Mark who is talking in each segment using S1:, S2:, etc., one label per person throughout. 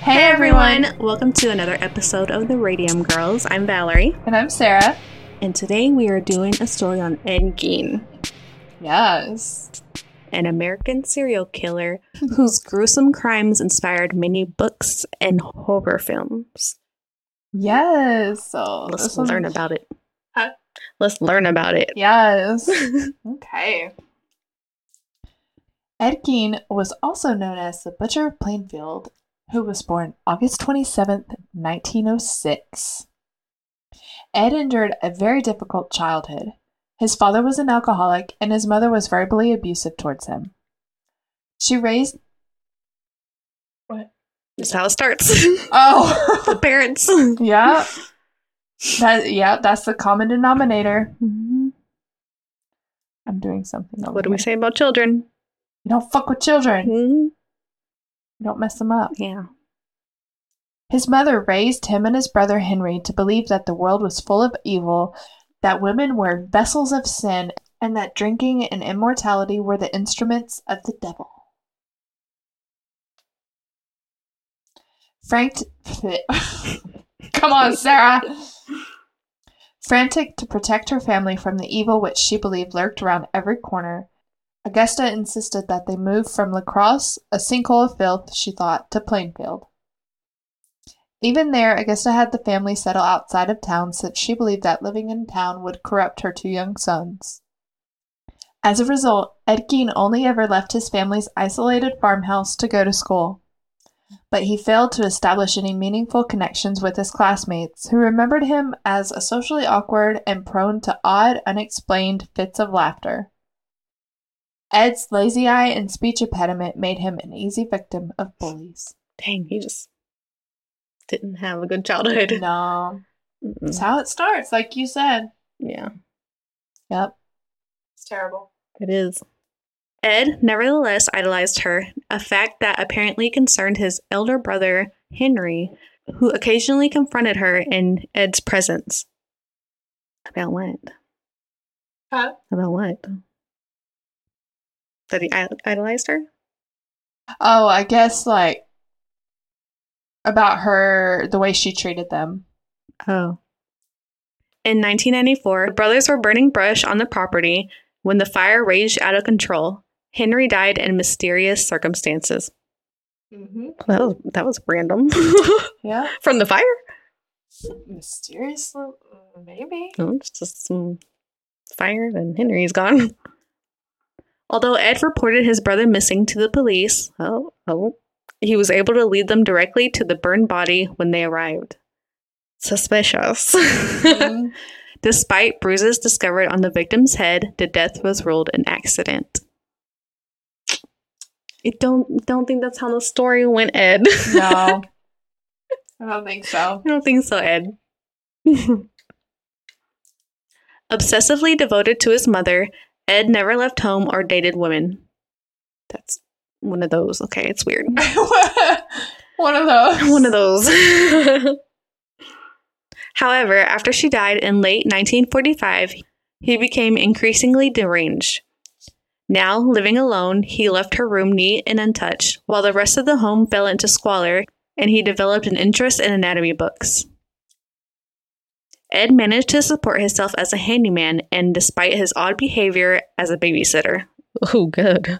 S1: Hey everyone! Welcome to another episode of the Radium Girls. I'm Valerie,
S2: And I'm Sarah.
S1: and today we are doing a story on Ed Gein,
S2: Yes.
S1: an American serial killer whose gruesome crimes inspired many books and horror films.
S2: Yes. So
S1: Let's
S2: this one's-
S1: learn about it.
S2: Huh?
S1: Let's learn about it.
S2: Yes. okay. Ed Gein was also known as the Butcher of Plainfield, who was born August 27th, 1906. Ed endured a very difficult childhood. His father was an alcoholic, and his mother was verbally abusive towards him. She raised. What?
S1: That's how it starts.
S2: Oh!
S1: the parents.
S2: yeah. That yeah, that's the common denominator.
S1: Mm-hmm.
S2: I'm doing something. over
S1: What do we
S2: here.
S1: say about children?
S2: You don't fuck with children.
S1: Mhm.
S2: You don't mess them up.
S1: Yeah.
S2: His mother raised him and his brother Henry to believe that the world was full of evil, that women were vessels of sin, and that drinking and immortality were the instruments of the devil. Frank. Come on, Sarah! Frantic to protect her family from the evil which she believed lurked around every corner, Augusta insisted that they move from La Crosse, a sinkhole of filth, she thought, to Plainfield. Even there, Augusta had the family settle outside of town since she believed that living in town would corrupt her two young sons. As a result, Ed Gein only ever left his family's isolated farmhouse to go to school. But he failed to establish any meaningful connections with his classmates, who remembered him as a socially awkward and prone to odd, unexplained fits of laughter. Ed's lazy eye and speech impediment made him an easy victim of bullies.
S1: Dang, he just didn't have a good childhood.
S2: No. That's
S1: Mm-mm.
S2: how it starts, like you said.
S1: Yeah.
S2: Yep. It's terrible.
S1: It is. Ed nevertheless idolized her, a fact that apparently concerned his elder brother, Henry, who occasionally confronted her in Ed's presence. About what?
S2: Huh?
S1: About what? That he i- idolized her?
S2: Oh, I guess like about her, the way she treated them.
S1: Oh. In 1994, the brothers were burning brush on the property when the fire raged out of control. Henry died in mysterious circumstances.
S2: Mm-hmm.
S1: That was, that was random.
S2: Yeah.
S1: From the fire?
S2: Mysteriously, maybe.
S1: Oh, it's just some fire, and Henry's gone. Although Ed reported his brother missing to the police, oh, oh, he was able to lead them directly to the burned body when they arrived. Suspicious.
S2: Mm,
S1: Despite bruises discovered on the victim's head, the death was ruled an accident. I don't don't think that's how the story went, Ed.
S2: no. I don't think so.
S1: I don't think so, Ed. Obsessively devoted to his mother, Ed never left home or dated women. That's one of those. Okay, it's weird.
S2: One of those.
S1: One of those. However, after she died in late 1945, he became increasingly deranged. Now, living alone, he left her room neat and untouched, while the rest of the home fell into squalor, and he developed an interest in anatomy books. Ed managed to support himself as a handyman and despite his odd behavior as a babysitter. Oh, good.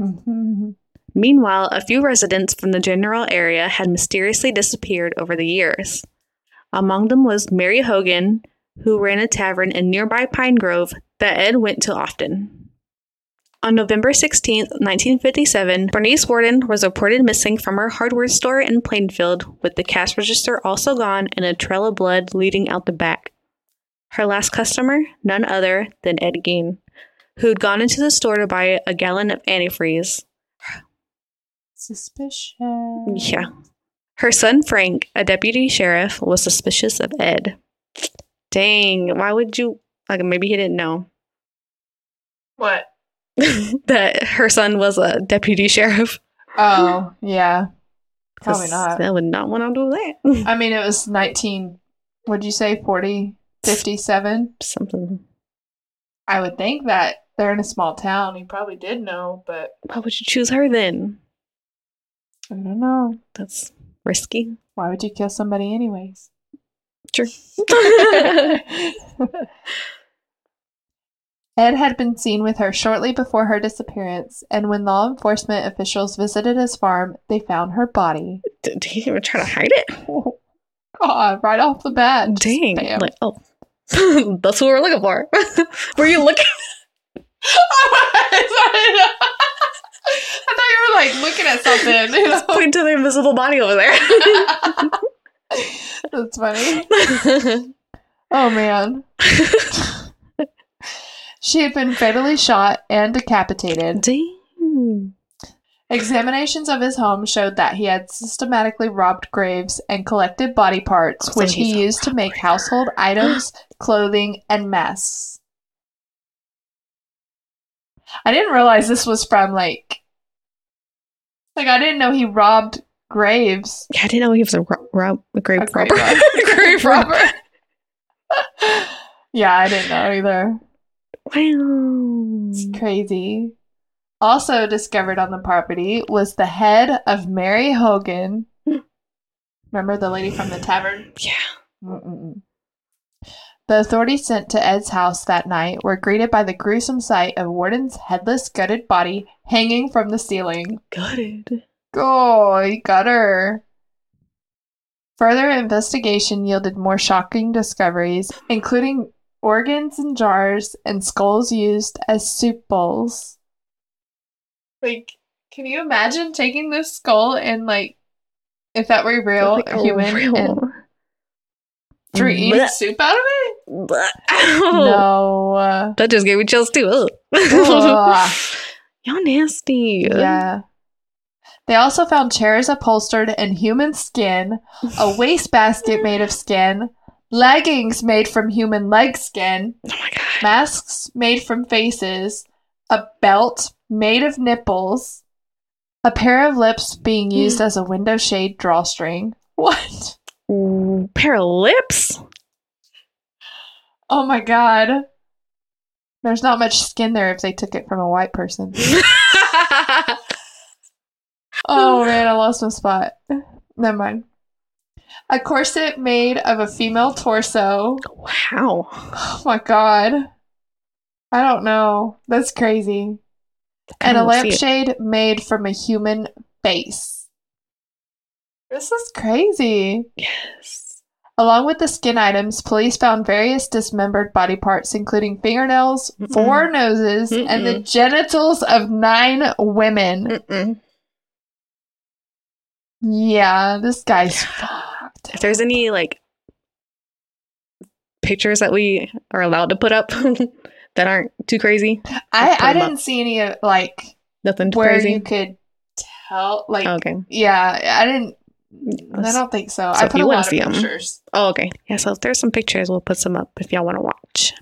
S2: Mhm.
S1: Meanwhile, a few residents from the general area had mysteriously disappeared over the years. Among them was Mary Hogan, who ran a tavern in nearby Pine Grove that Ed went to often. On November 16, 1957, Bernice Warden was reported missing from her hardware store in Plainfield, with the cash register also gone and a trail of blood leading out the back. Her last customer, none other than Ed Gein, who'd gone into the store to buy a gallon of antifreeze.
S2: Suspicion.
S1: Yeah. Her son Frank, a deputy sheriff, was suspicious of Ed. Dang, why would you like maybe he didn't know
S2: What?
S1: that her son was a deputy sheriff?
S2: Oh, yeah. Probably
S1: 'Cause
S2: not.
S1: I would not want to do that.
S2: I mean, it was 19, would you say 40, 57?
S1: Something.
S2: I would think that they're in a small town. He probably did know, but
S1: Why would you choose her then?
S2: I don't know.
S1: That's Risky.
S2: Why would you kill somebody anyways?
S1: True.
S2: Ed had been seen with her shortly before her disappearance, and when law enforcement officials visited his farm, they found her body.
S1: Did did he even try to hide it?
S2: God, right off the bat. just
S1: Dang.
S2: bam.
S1: Like, oh, that's what we're looking for. were you looking?
S2: I thought you were like looking at something. You
S1: Just point to the invisible body over there.
S2: know? That's funny. Oh man. She had been fatally shot and decapitated.
S1: Dang.
S2: Examinations of his home showed that he had systematically robbed graves and collected body parts,
S1: So
S2: which
S1: he's
S2: he
S1: a
S2: used to make
S1: robber.
S2: household items, clothing, and masks. I didn't realize this was from like, like I didn't know he robbed graves.
S1: Yeah, I didn't know he was a, ro- rob- a grave
S2: A grave
S1: robber.
S2: robber.
S1: grave robber.
S2: yeah, I didn't know either. It's
S1: Wow.
S2: crazy. Also discovered on the property was the head of Mary Hogan. Remember the lady from the tavern?
S1: Yeah.
S2: Mm-mm-mm. The authorities sent to Ed's house that night were greeted by the gruesome sight of Warden's headless, gutted body hanging from the ceiling.
S1: Gutted.
S2: Oh, he got her. Further investigation yielded more shocking discoveries, including organs in jars and skulls used as soup bowls. Like, can you imagine taking this skull and, like, if that were real,
S1: Like
S2: a
S1: a
S2: human,
S1: real-
S2: and drinking
S1: Blech.
S2: soup out of it?
S1: Blech. Oh.
S2: No.
S1: That just gave me chills too. Ugh.
S2: Ugh.
S1: Y'all nasty.
S2: Yeah. They also found chairs upholstered in human skin,
S1: Oh
S2: a wastebasket made of skin, leggings made from human leg skin,
S1: Oh my god.
S2: masks made from faces, a belt made of nipples, a pair of lips being used as a window shade drawstring. What?
S1: Ooh, pair of lips.
S2: Oh my god. There's not much skin there if they took it from a white person. Oh man, I lost my spot. Never mind. A corset made of a female torso.
S1: wow.
S2: Oh my god. I don't know. That's crazy. And a lampshade made from a human face. This is crazy.
S1: Yes.
S2: Along with the skin items, police found various dismembered body parts, including fingernails,
S1: Mm-mm.
S2: four noses, and the genitals of nine women.
S1: Mm-mm.
S2: Yeah, this guy's fucked.
S1: If there's any like pictures that we are allowed to put up that aren't too crazy,
S2: I,
S1: put
S2: I
S1: 'em up.
S2: didn't see any of like
S1: nothing too
S2: where
S1: crazy.
S2: you could tell like
S1: Oh, okay.
S2: yeah I didn't I
S1: Yes.
S2: don't think so,
S1: So
S2: I
S1: if
S2: put
S1: you
S2: a
S1: wanna
S2: lot of
S1: see 'em.
S2: pictures
S1: Oh, okay. Yeah. So if there's some pictures, we'll put some up if y'all want to watch.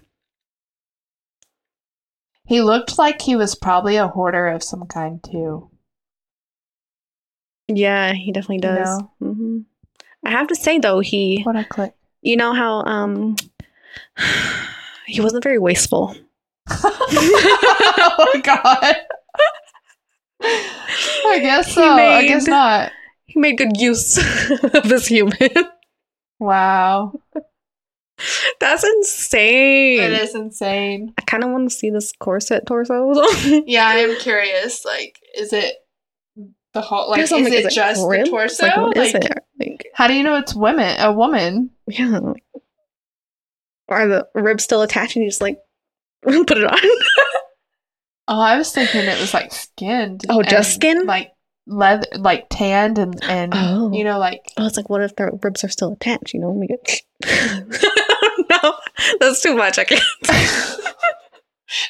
S2: he looked like he was probably a hoarder of some kind too
S1: Yeah, he definitely does. hmm I have to say though, he
S2: what a click
S1: you know how um he wasn't very wasteful.
S2: oh my god I guess
S1: He
S2: so I guess
S1: made-
S2: not
S1: He made good use of his human.
S2: wow
S1: That's insane.
S2: it is insane
S1: I kind of want to see this corset torso.
S2: yeah I am curious like is it the whole like
S1: Because
S2: is
S1: I'm
S2: it just the
S1: ribs?
S2: torso
S1: Like, what is
S2: Like,
S1: it? Like,
S2: how do you know it's women a woman
S1: yeah. like- are the ribs still attached and you just like put it on?
S2: Oh, I was thinking it was like skinned.
S1: Oh, just
S2: and,
S1: skin?
S2: Like leather, like tanned and and
S1: Oh.
S2: you know, like
S1: Oh, it's like, what if their ribs are still attached? You know, we get. no, that's too much. I can't.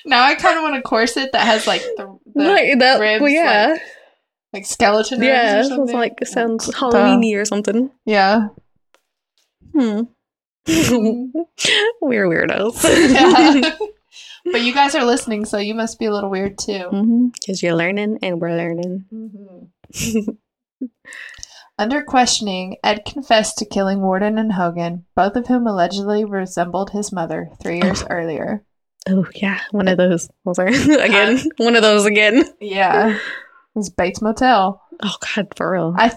S2: now I kind of want a corset that has like the, the
S1: Like, that,
S2: ribs,
S1: well, yeah,
S2: like skeleton ribs
S1: yeah.
S2: or
S1: It's
S2: something.
S1: like sounds
S2: Duh.
S1: Halloweeny or something.
S2: Yeah.
S1: Hmm. We're weirdos.
S2: Yeah. but you guys are listening, so you must be a little weird too.
S1: Because Mm-hmm. you're learning and we're learning. Mm-hmm.
S2: Under questioning, Ed confessed to killing Warden and Hogan, both of whom allegedly resembled his mother three years earlier.
S1: Oh yeah, one of those. Oh, sorry. again, one of those again.
S2: Yeah. It was Bates Motel.
S1: Oh god, for real.
S2: I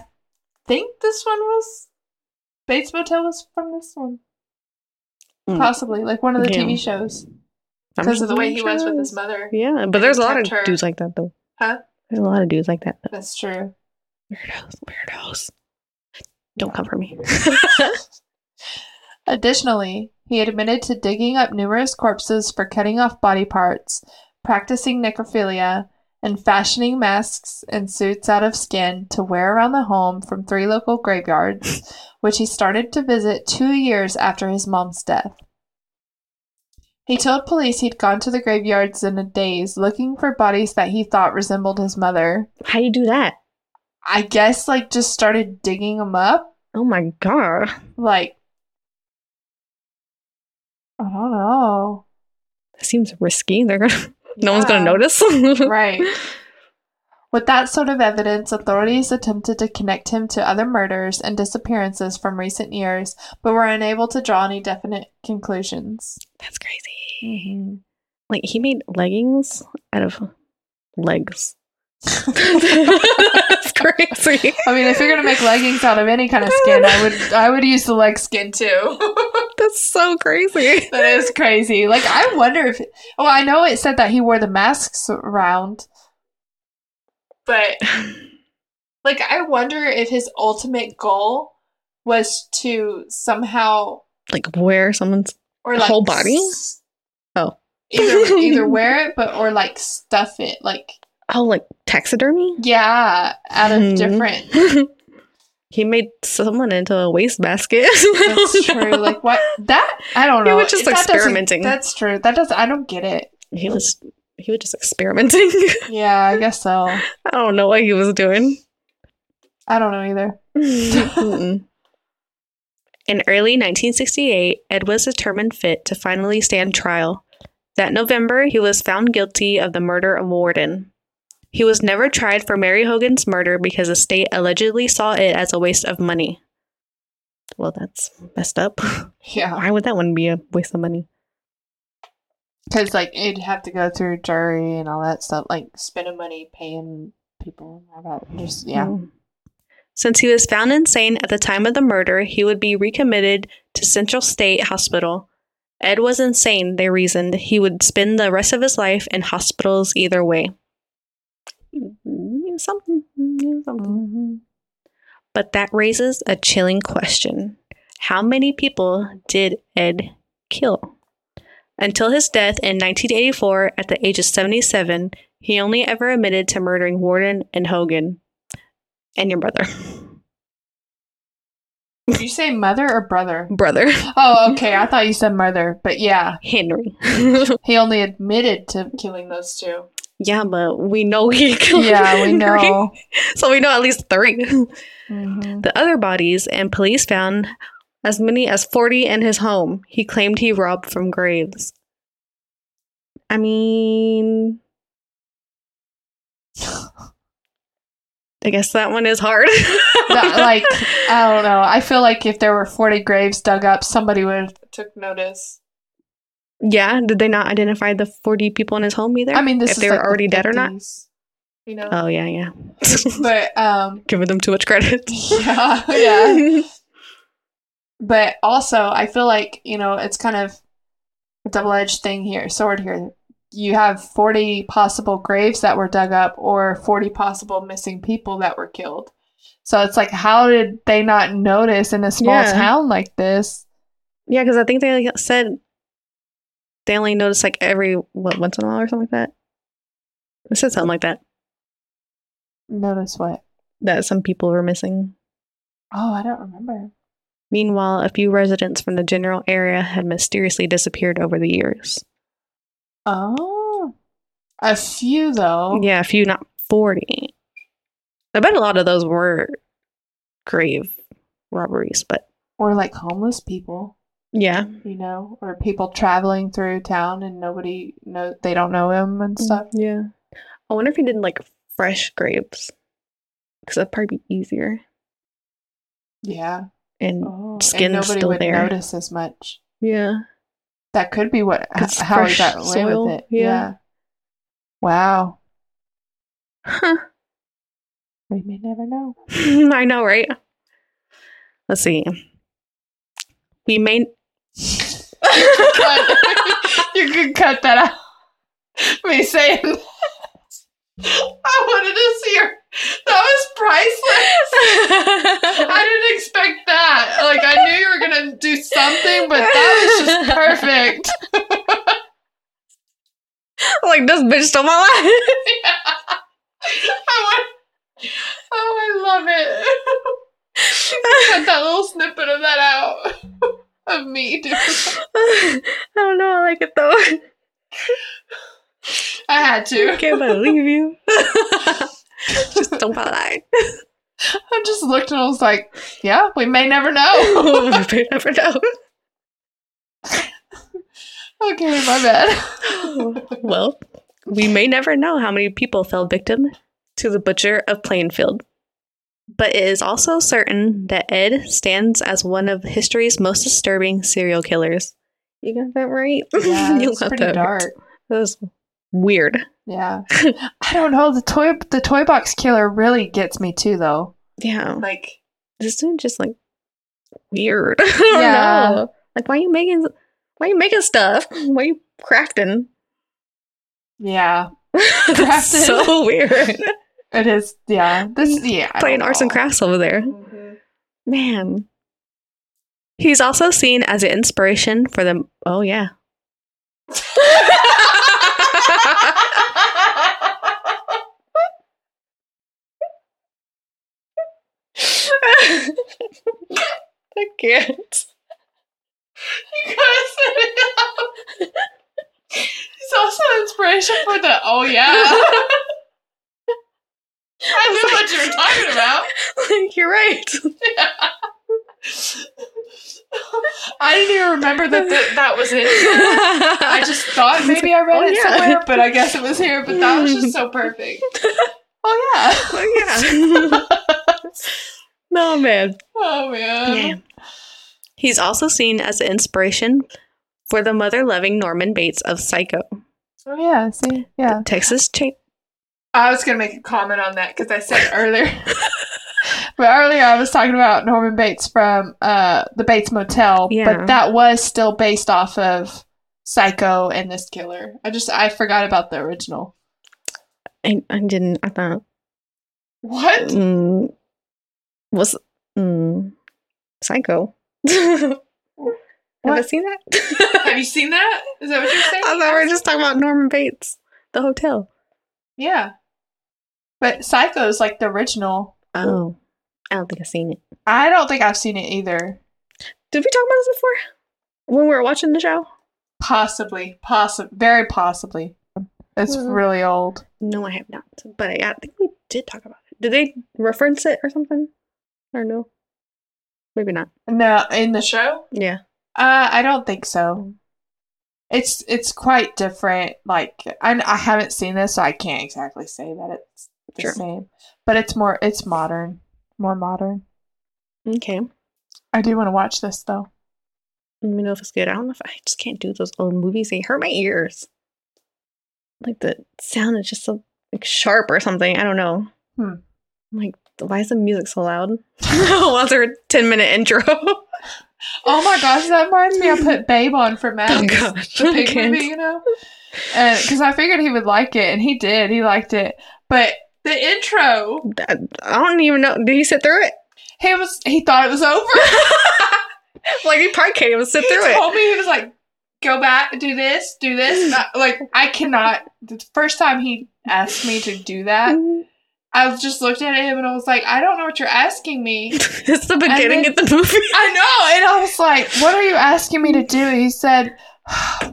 S2: think this one was Bates Motel was from this one.
S1: Mm.
S2: Possibly, like one of the
S1: Yeah.
S2: TV shows.
S1: I'm
S2: Because of the
S1: just
S2: way
S1: not
S2: he was with
S1: sure.
S2: his mother.
S1: Yeah, but
S2: They
S1: there's a lot of
S2: tempt her.
S1: dudes like that though.
S2: Huh?
S1: There's a lot of dudes like that. Though.
S2: That's true.
S1: Weirdos, weirdos. Don't come for me.
S2: Additionally, he admitted to digging up numerous corpses for cutting off body parts, practicing necrophilia, and fashioning masks and suits out of skin to wear around the home from three local graveyards, which he started to visit two years after his mom's death. He told police he'd gone to the graveyards in a daze looking for bodies that he thought resembled his mother.
S1: How do you do that?
S2: I guess, like, just started digging them up
S1: Oh my god.
S2: like I don't know.
S1: That seems risky. They're gonna no one's gonna
S2: Yeah.
S1: notice.
S2: right. With that sort of evidence, authorities attempted to connect him to other murders and disappearances from recent years, but were unable to draw any definite conclusions.
S1: That's crazy.
S2: Mm-hmm.
S1: Like he made leggings out of legs. That's crazy.
S2: I mean, if you're gonna make leggings out of any kind of skin, I would I would use the leg skin too.
S1: That's so crazy.
S2: that is crazy. Like I wonder if well, I know it said that he wore the masks around, but like i wonder if his ultimate goal was to somehow
S1: like wear someone's
S2: or like
S1: Whole body?
S2: s-
S1: Oh.
S2: either either wear it but or like stuff it like
S1: oh like taxidermy.
S2: yeah out of
S1: Hmm.
S2: different
S1: he made someone into a wastebasket.
S2: that's true like what that i don't
S1: He
S2: know
S1: was just
S2: That doesn't-
S1: experimenting.
S2: that's true that does i don't get it
S1: He was he was just experimenting.
S2: yeah i guess so
S1: I don't know what he was doing.
S2: i don't know either
S1: Mm-mm. In early 1968, Ed was determined fit to finally stand trial. That November, he was found guilty of the murder of Warden. He was never tried for Mary Hogan's murder because the state allegedly saw it as a waste of money. Well, that's messed up.
S2: yeah
S1: Why would that one be a waste of money?
S2: because like you'd have to go through jury and all that stuff like spending money paying people and all that just yeah
S1: Mm. Since he was found insane at the time of the murder, he would be recommitted to Central State Hospital. Ed was insane, they reasoned. He would spend the rest of his life in hospitals either way. Mm, Something. mm, something.
S2: Mhm.
S1: But that raises a chilling question How many people did Ed kill? Until his death in 1984 at the age of 77, he only ever admitted to murdering Warden and Hogan and your brother.
S2: Did you say mother or brother?
S1: Brother,
S2: Oh, okay. I thought you said mother, but yeah,
S1: Henry.
S2: he only admitted to killing those two.
S1: yeah, but we know he killed
S2: Yeah, we
S1: Henry,
S2: know.
S1: So we know at least three.
S2: Mhm.
S1: The other bodies and police found as many as 40 in his home. He claimed he robbed from graves. I mean, I guess that one is hard.
S2: That, like, uh, I don't know. I feel like if there were forty graves dug up, somebody would have took notice.
S1: yeah, did they not identify the 40 people in his home either?
S2: I mean, this
S1: if
S2: is
S1: they
S2: like
S1: were
S2: the
S1: already dead or not.
S2: 50s, You know,
S1: Oh, yeah, yeah.
S2: but um,
S1: Giving them too much credit.
S2: yeah, yeah. But also, I feel like you know it's kind of a double-edged thing here, sword here. You have forty possible graves that were dug up, or forty possible missing people that were killed. So it's like, how did they not notice in a small
S1: Yeah.
S2: town like this?
S1: Yeah, because I think they like, said they only notice like every what once in a while or something like that. It said something like that
S2: Notice what?
S1: that some people were missing.
S2: Oh, I don't remember.
S1: Meanwhile, a few residents from the general area had mysteriously disappeared over the years.
S2: Oh, a few though.
S1: Yeah, a few, not forty. I bet a lot of those were grave robberies, but
S2: or like homeless people,
S1: yeah,
S2: you know, or people traveling through town and nobody know they don't know him
S1: Mm.
S2: and stuff.
S1: yeah. I wonder if he did like fresh graves, because that'd probably be easier
S2: Yeah.
S1: and
S2: Oh,
S1: skin's still
S2: would
S1: there.
S2: notice as much.
S1: yeah.
S2: That could be what h-
S1: 'Cause
S2: how he
S1: fresh
S2: got away
S1: soil,
S2: with it.
S1: yeah.
S2: Yeah. Wow.
S1: Huh.
S2: We may never know.
S1: I know, right? Let's see. We may
S2: But you can cut that out. Me saying that. I wanted to see her. That was priceless. I didn't expect that. Like I knew you were gonna do something, but that was just perfect.
S1: like this bitch stole my life.
S2: I want. Oh, I love it. Cut that little snippet of that out of me. Dude.
S1: I don't know. I like it though.
S2: I had to.
S1: Can't believe you. Just don't lie.
S2: I just looked and I was like, "Yeah, we may never know."
S1: we never know.
S2: Okay, my bad.
S1: well, we may never know how many people fell victim to the butcher of Plainfield, but it is also certain that Ed stands as one of history's most disturbing serial killers. You got that right.
S2: Yeah,
S1: you
S2: it's pretty
S1: right.
S2: dark.
S1: That was weird.
S2: Yeah, I don't know. The toy, the toy box killer really gets me too, though.
S1: Yeah,
S2: Like,
S1: this dude just like weird. I don't
S2: Yeah.
S1: know. Like, why you making? Why you making stuff? Why you crafting?
S2: yeah, Crafting.
S1: That's so weird.
S2: it is. Yeah, this. Yeah, I
S1: Playing
S2: don't
S1: Mm-hmm. arts and
S2: know.
S1: crafts over there.
S2: Mhm.
S1: Man. He's also seen as an inspiration for the. Oh, yeah. I can't.
S2: You gotta set it up. He's also an inspiration for the. Oh yeah. I knew what you were talking about.
S1: Like, you're right.
S2: I didn't even remember that th- that was it. I just thought maybe I read
S1: Oh,
S2: it
S1: yeah.
S2: somewhere, but I guess it was here. But that was just so perfect. Oh yeah.
S1: Oh, yeah. no, man.
S2: Oh man.
S1: Yeah. He's also seen as an inspiration for the mother loving Norman Bates of Psycho,
S2: Oh yeah. See. Yeah.
S1: Texas Chain.
S2: I was gonna make a comment on that because I said earlier. but earlier I was talking about Norman Bates from uh, the Bates Motel,
S1: Yeah.
S2: but that was still based off of Psycho and this killer. I just I forgot about the original.
S1: I, I didn't. I thought.
S2: What?
S1: Mm, was mm, Psycho. Have I
S2: What?
S1: seen that?
S2: Have you seen that? Is that what you're
S1: I
S2: saying?
S1: thought we were just talking about Norman Bates, the hotel.
S2: Yeah. But Psycho is like the original.
S1: Oh, I don't think I've seen it.
S2: I don't think I've seen it either.
S1: Did we talk about this before when we were watching the show?
S2: Possibly, possibly, very possibly. It's
S1: Mhm.
S2: really old.
S1: No, I have not. But I, I think we did talk about it. Did they reference it or something? Or no? Maybe not.
S2: No, in the show.
S1: Yeah.
S2: Uh, I don't think so. It's it's quite different. Like I I haven't seen this, so I can't exactly say that it's the
S1: Sure.
S2: same. But it's more it's modern, more modern.
S1: Okay.
S2: I do want to watch this though.
S1: Let me know if it's good. I don't know if I just can't do those old movies. They hurt my ears. Like the sound is just so like sharp or something. I don't know.
S2: Hmm.
S1: I'm like, why is the music so loud? What's her ten minute intro? oh
S2: Oh my gosh, that reminds me. I put Babe on for
S1: Oh,
S2: Matt,
S1: gosh.
S2: the
S1: I
S2: pig
S1: can't.
S2: movie, you know, because I figured he would like it, and he did. He liked it, but the intro,
S1: That- I don't even know. Did he sit through it?
S2: he was he thought it was over.
S1: Like he probably can't even sit
S2: he
S1: through it.
S2: told me he was like, "Go back, do this, do this." And I- like I cannot. The first time he asked me to do that, I just looked at him and I was like, "I don't know what you're asking me."
S1: it's the beginning
S2: then-
S1: of the movie.
S2: I know, and I was like, "What are you asking me to do?" He said.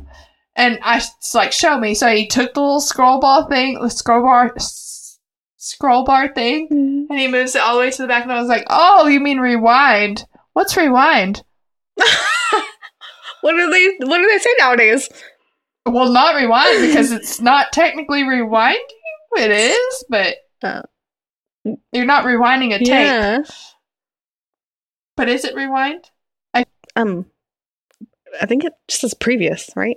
S2: And I was like, show me. So he took the little scroll ball thing, the scroll bar, s- scroll bar thing, and he moves it all the way to the back. And I was like, oh, you mean rewind? What's rewind?
S1: What do they What do they say nowadays?
S2: Well, not rewind because it's not technically rewinding. It is, but
S1: Oh.
S2: you're not rewinding a tape.
S1: Yeah.
S2: But is it rewind?
S1: Um, I think it just says previous, right?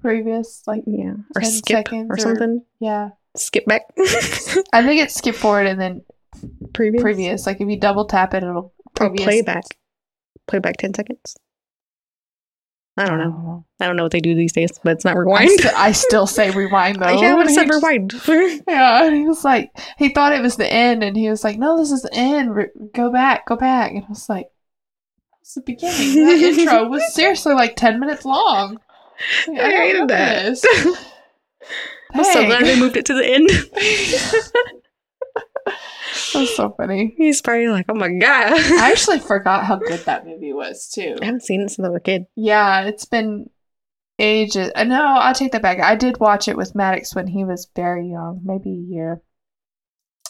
S2: Previous, like
S1: Yeah, or
S2: 10
S1: skip
S2: seconds
S1: or
S2: or-
S1: something.
S2: yeah,
S1: Skip back.
S2: I think it's skip forward and then
S1: previous.
S2: previous. Like if you double tap it, it'll
S1: Or playback. Playback 10 seconds. I don't know. I don't know what they do these days, but it's not
S2: I,
S1: rewind.
S2: st- I still say rewind though.
S1: yeah, I would have said
S2: He just-
S1: rewind.
S2: Yeah, and he was like, he thought it was the end, and he was like, no, this is the end. Re- go back, go back. And I was like, it's the beginning. That intro was seriously like 10 minutes long. Like,
S1: I
S2: don't
S1: hated
S2: remember
S1: that.
S2: this.
S1: I'm so
S2: Dang.
S1: glad they moved it to the end.
S2: That was so funny.
S1: He's probably like, oh my God.
S2: I
S1: I
S2: actually forgot how good that movie was, too.
S1: haven't seen it since I was a kid.
S2: Yeah, it's been ages. Uh, No, I'll take that back. I did watch it with Maddox when he was very young, maybe a year.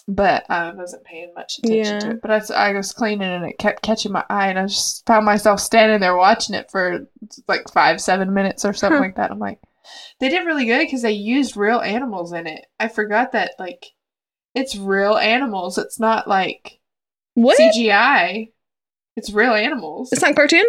S2: But I wasn't paying much attention to
S1: Yeah.
S2: it. But I was, I was cleaning and it kept catching my eye, and I just found myself standing there watching it for like five, seven minutes or something
S1: Huh.
S2: like that. I'm like, they did really good because they used real animals in it. I forgot that, like, it's real animals. It's not like
S1: What?
S2: CGI, it's real animals.
S1: It's not cartoon?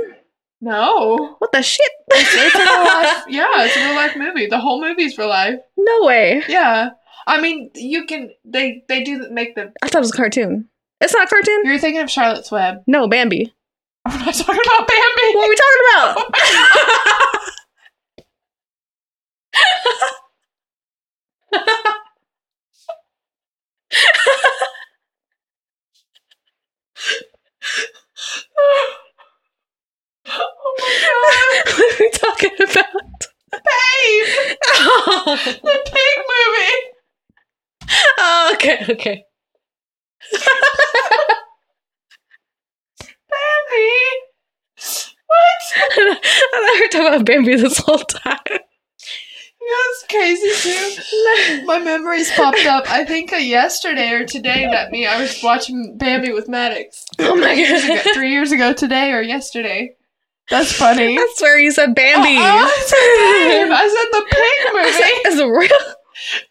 S2: no.
S1: What the shit?
S2: It's a real life. Yeah, it's a real life movie. The whole movie's real life.
S1: no way.
S2: Yeah. I mean, you can. They they do make the.
S1: I thought it was a cartoon. It's not a cartoon?
S2: You're thinking of Charlotte's Web.
S1: No, Bambi.
S2: I'm not talking about Bambi.
S1: What are we talking about?
S2: oh
S1: what are we talking about?
S2: my
S1: Oh,
S2: god, babe, the pig movie.
S1: Oh, okay, okay.
S2: Bambi.
S1: I thought we were talking about Bambi this whole time.
S2: That's crazy too. My memories popped up. I think uh, yesterday or today that me I was watching Bambi with Maddox.
S1: Oh my
S2: Three years ago-
S1: God.
S2: three years ago today or yesterday. That's funny.
S1: I swear you said Bambi.
S2: Oh, I said Babe. I said the pig movie.
S1: It's real.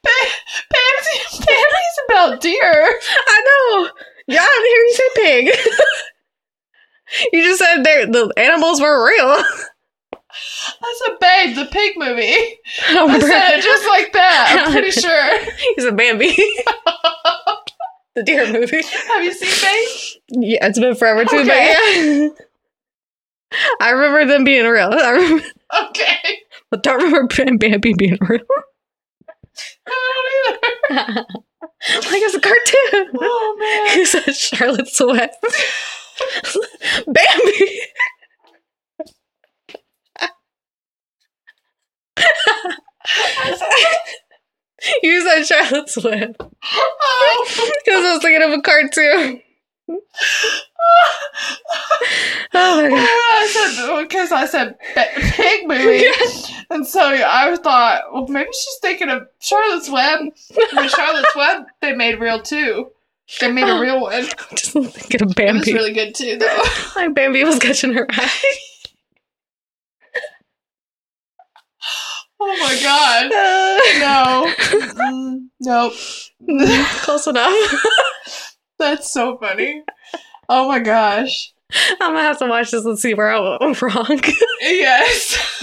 S2: Ba- Bambi, Bambi's about deer.
S1: I know. Yeah, I didn't hear you say pig. you just said they- the animals were real.
S2: I said Babe, the pig movie.
S1: I don't
S2: I
S1: remember.
S2: said it just like that. I'm pretty sure.
S1: He's a Bambi. the deer movie.
S2: Have you seen Babe?
S1: Yeah, it's been forever too, but yeah. I remember them being real. I, remember,
S2: Okay.
S1: I don't remember Bam- Bambi being real.
S2: I don't either.
S1: like it's a cartoon.
S2: Oh man.
S1: He said Charlotte's Web. Bambi. you said Charlotte's Web
S2: Oh.
S1: because I was thinking of a cartoon. Oh my god.
S2: I said because I said ba- pig movie, and so I thought, well, maybe she's thinking of Charlotte's Web. But Charlotte's Web, they made real too. They made a real one.
S1: I'm just
S2: It
S1: thinking of
S2: was
S1: Bambi.
S2: really good too, though.
S1: like Bambi was catching her eye.
S2: Oh my god! No, Mm-mm. nope.
S1: Close enough.
S2: That's so funny. Oh my gosh!
S1: I'm gonna have to watch this and see where I went wrong.
S2: Yes.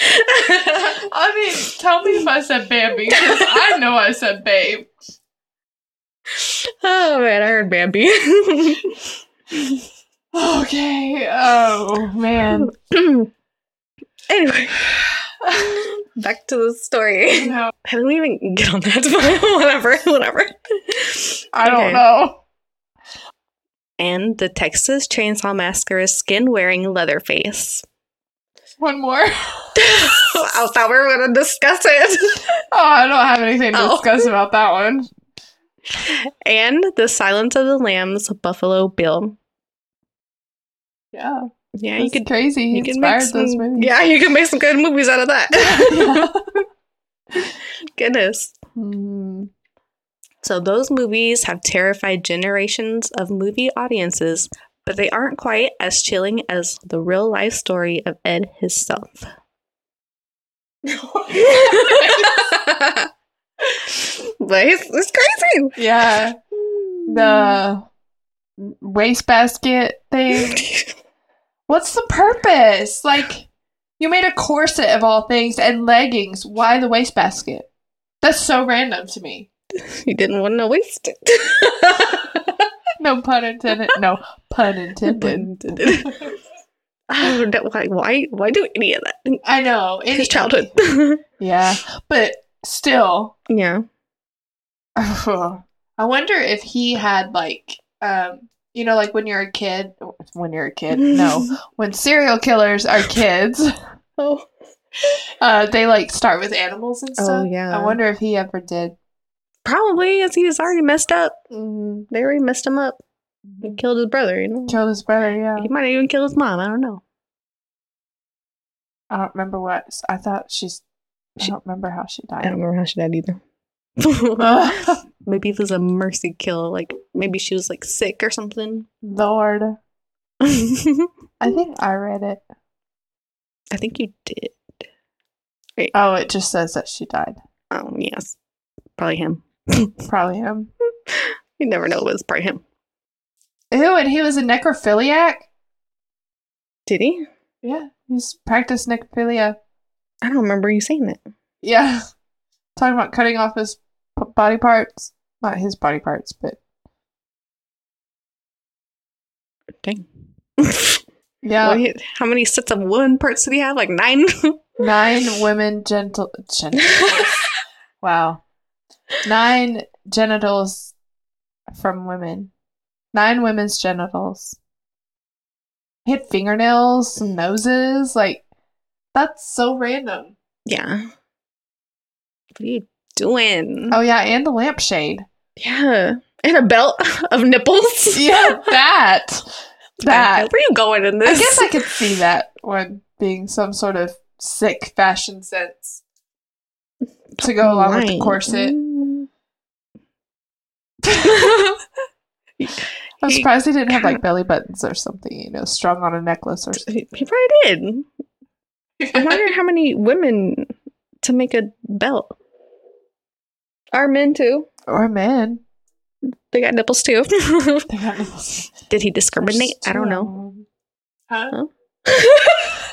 S2: I mean, tell me if I said Bambi because I know I said Babe.
S1: oh man, I heard Bambi.
S2: Okay. Oh man.
S1: anyway, back to the story.
S2: No,
S1: I didn't even get on that, but whatever, whatever.
S2: I don't
S1: Okay.
S2: know.
S1: And the Texas Chainsaw Massacre's skin wearing Leatherface.
S2: One more.
S1: I thought we were gonna discuss it.
S2: Oh, I don't have anything to
S1: Oh.
S2: discuss about that one.
S1: And the Silence of the Lambs Buffalo Bill.
S2: Yeah,
S1: Yeah,
S2: it's
S1: you could
S2: crazy. He
S1: you can
S2: inspired
S1: make
S2: those
S1: some-
S2: movies.
S1: Yeah, you can make some good movies out of that. Goodness.
S2: Hmm.
S1: So those movies have terrified generations of movie audiences, but they aren't quite as chilling as the real life story of Ed himself. but it's, it's crazy.
S2: yeah, the
S1: Mm.
S2: wastebasket thing. What's the purpose? Like, you made a corset of all things and leggings. Why the wastebasket? That's so random to me.
S1: You didn't want to waste it.
S2: No pun intended. No pun intended.
S1: I don't know why, why, why do any of that?
S2: I know. any-
S1: His childhood.
S2: Yeah, but still,
S1: yeah.
S2: I wonder if he had like, um, you know, like when you're a kid. When you're a kid, no. when serial killers are kids,
S1: Oh.
S2: uh, they like start with animals and stuff.
S1: yeah.
S2: I wonder if he ever did.
S1: Probably, as he was already messed up.
S2: Mm,
S1: They already messed him up. He killed his brother, you know?
S2: killed his brother. Yeah,
S1: He might have even killed his mom. I don't know.
S2: I don't remember what. I thought she's. I
S1: She-
S2: don't remember how she
S1: I don't
S2: died.
S1: remember how she died either. maybe it was a mercy kill. Like, maybe she was, like, sick or something.
S2: Lord,
S1: I
S2: I think I read it.
S1: think you did.
S2: Oh, it just says that she died.
S1: Um, yes. Probably him.
S2: Probably him.
S1: You never know. It was probably him.
S2: Ew, and he was a necrophiliac.
S1: Did he?
S2: Yeah, he's practiced necrophilia.
S1: I don't remember you saying that.
S2: Yeah. Talking about cutting off his p- body parts. Not his body parts, but
S1: Dang.
S2: yeah.
S1: What, how many sets of woman parts did he have? Like nine?
S2: Nine women gentle. Gen- wow. Nine genitals from women. Nine women's genitals. He had fingernails, some noses. Like, that's so random.
S1: yeah. What are you doing?
S2: Oh, yeah, and a lampshade.
S1: Yeah. And a belt of nipples.
S2: Yeah, that. That.
S1: Where are you going in
S2: I
S1: this?
S2: guess I could see that one being some sort of sick fashion sense to go along with the
S1: Right.
S2: corset.
S1: Mm.
S2: I'm
S1: He-
S2: surprised they didn't have like belly buttons or something, you know, strung on a necklace or
S1: He he probably did. I
S2: something.
S1: wonder how many women to make a belt. Are men too?
S2: or men.
S1: They got nipples too.
S2: They got nipples.
S1: did he discriminate?
S2: There's
S1: I don't
S2: two
S1: know.
S2: of 'em. Huh?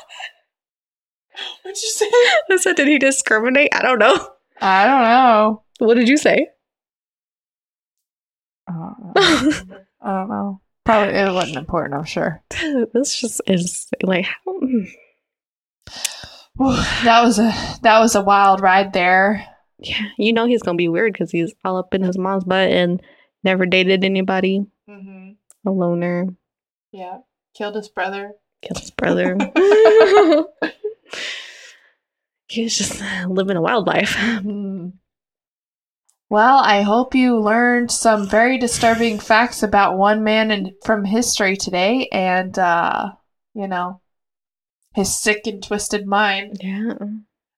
S2: What'd you say?
S1: I said, did he discriminate? I don't know.
S2: I don't know.
S1: What did you say?
S2: I don't know. Uh, I don't know. Probably it wasn't important, I'm sure.
S1: this just is like how
S2: Whew, that was a that was a wild ride there.
S1: yeah, you know he's gonna be weird because he's all up in his mom's butt and never dated anybody,
S2: Mm-hmm.
S1: a loner,
S2: Yeah. Killed his brother.
S1: killed his brother. he was just uh, living a wild life.
S2: Hmm. Well, I hope you learned some very disturbing facts about one man and from history today, and uh, you know his sick and twisted mind.
S1: Yeah.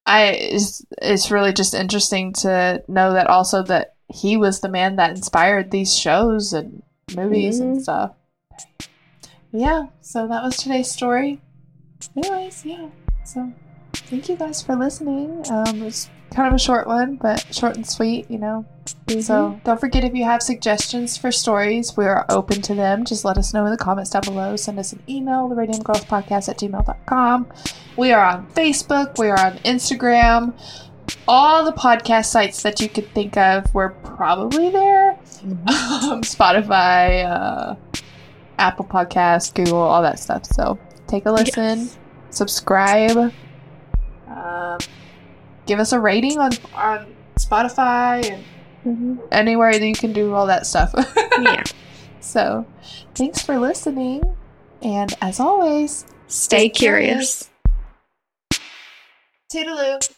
S2: I it's, it's really just interesting to know that also that he was the man that inspired these shows and movies and stuff. Yeah, so that was today's story. Anyways, yeah. So thank you guys for listening. Um, it was kind of a short one, but short and sweet, you know. So don't forget if you have suggestions for stories, we are open to them. Just let us know in the comments down below. Send us an email, the Radium Girls Podcast at gmail.com. We are on Facebook, we are on Instagram. All the podcast sites that you could think of, we're probably there. Um, Spotify, uh, Apple Podcasts, Google, all that stuff. So take a listen,
S1: Yes.
S2: subscribe, um, give us a rating on, on Spotify and
S1: Mhm.
S2: anywhere that you can do all that stuff.
S1: yeah.
S2: so, thanks for listening. And as always,
S1: Stay
S2: curious.
S1: curious.
S2: toodaloo.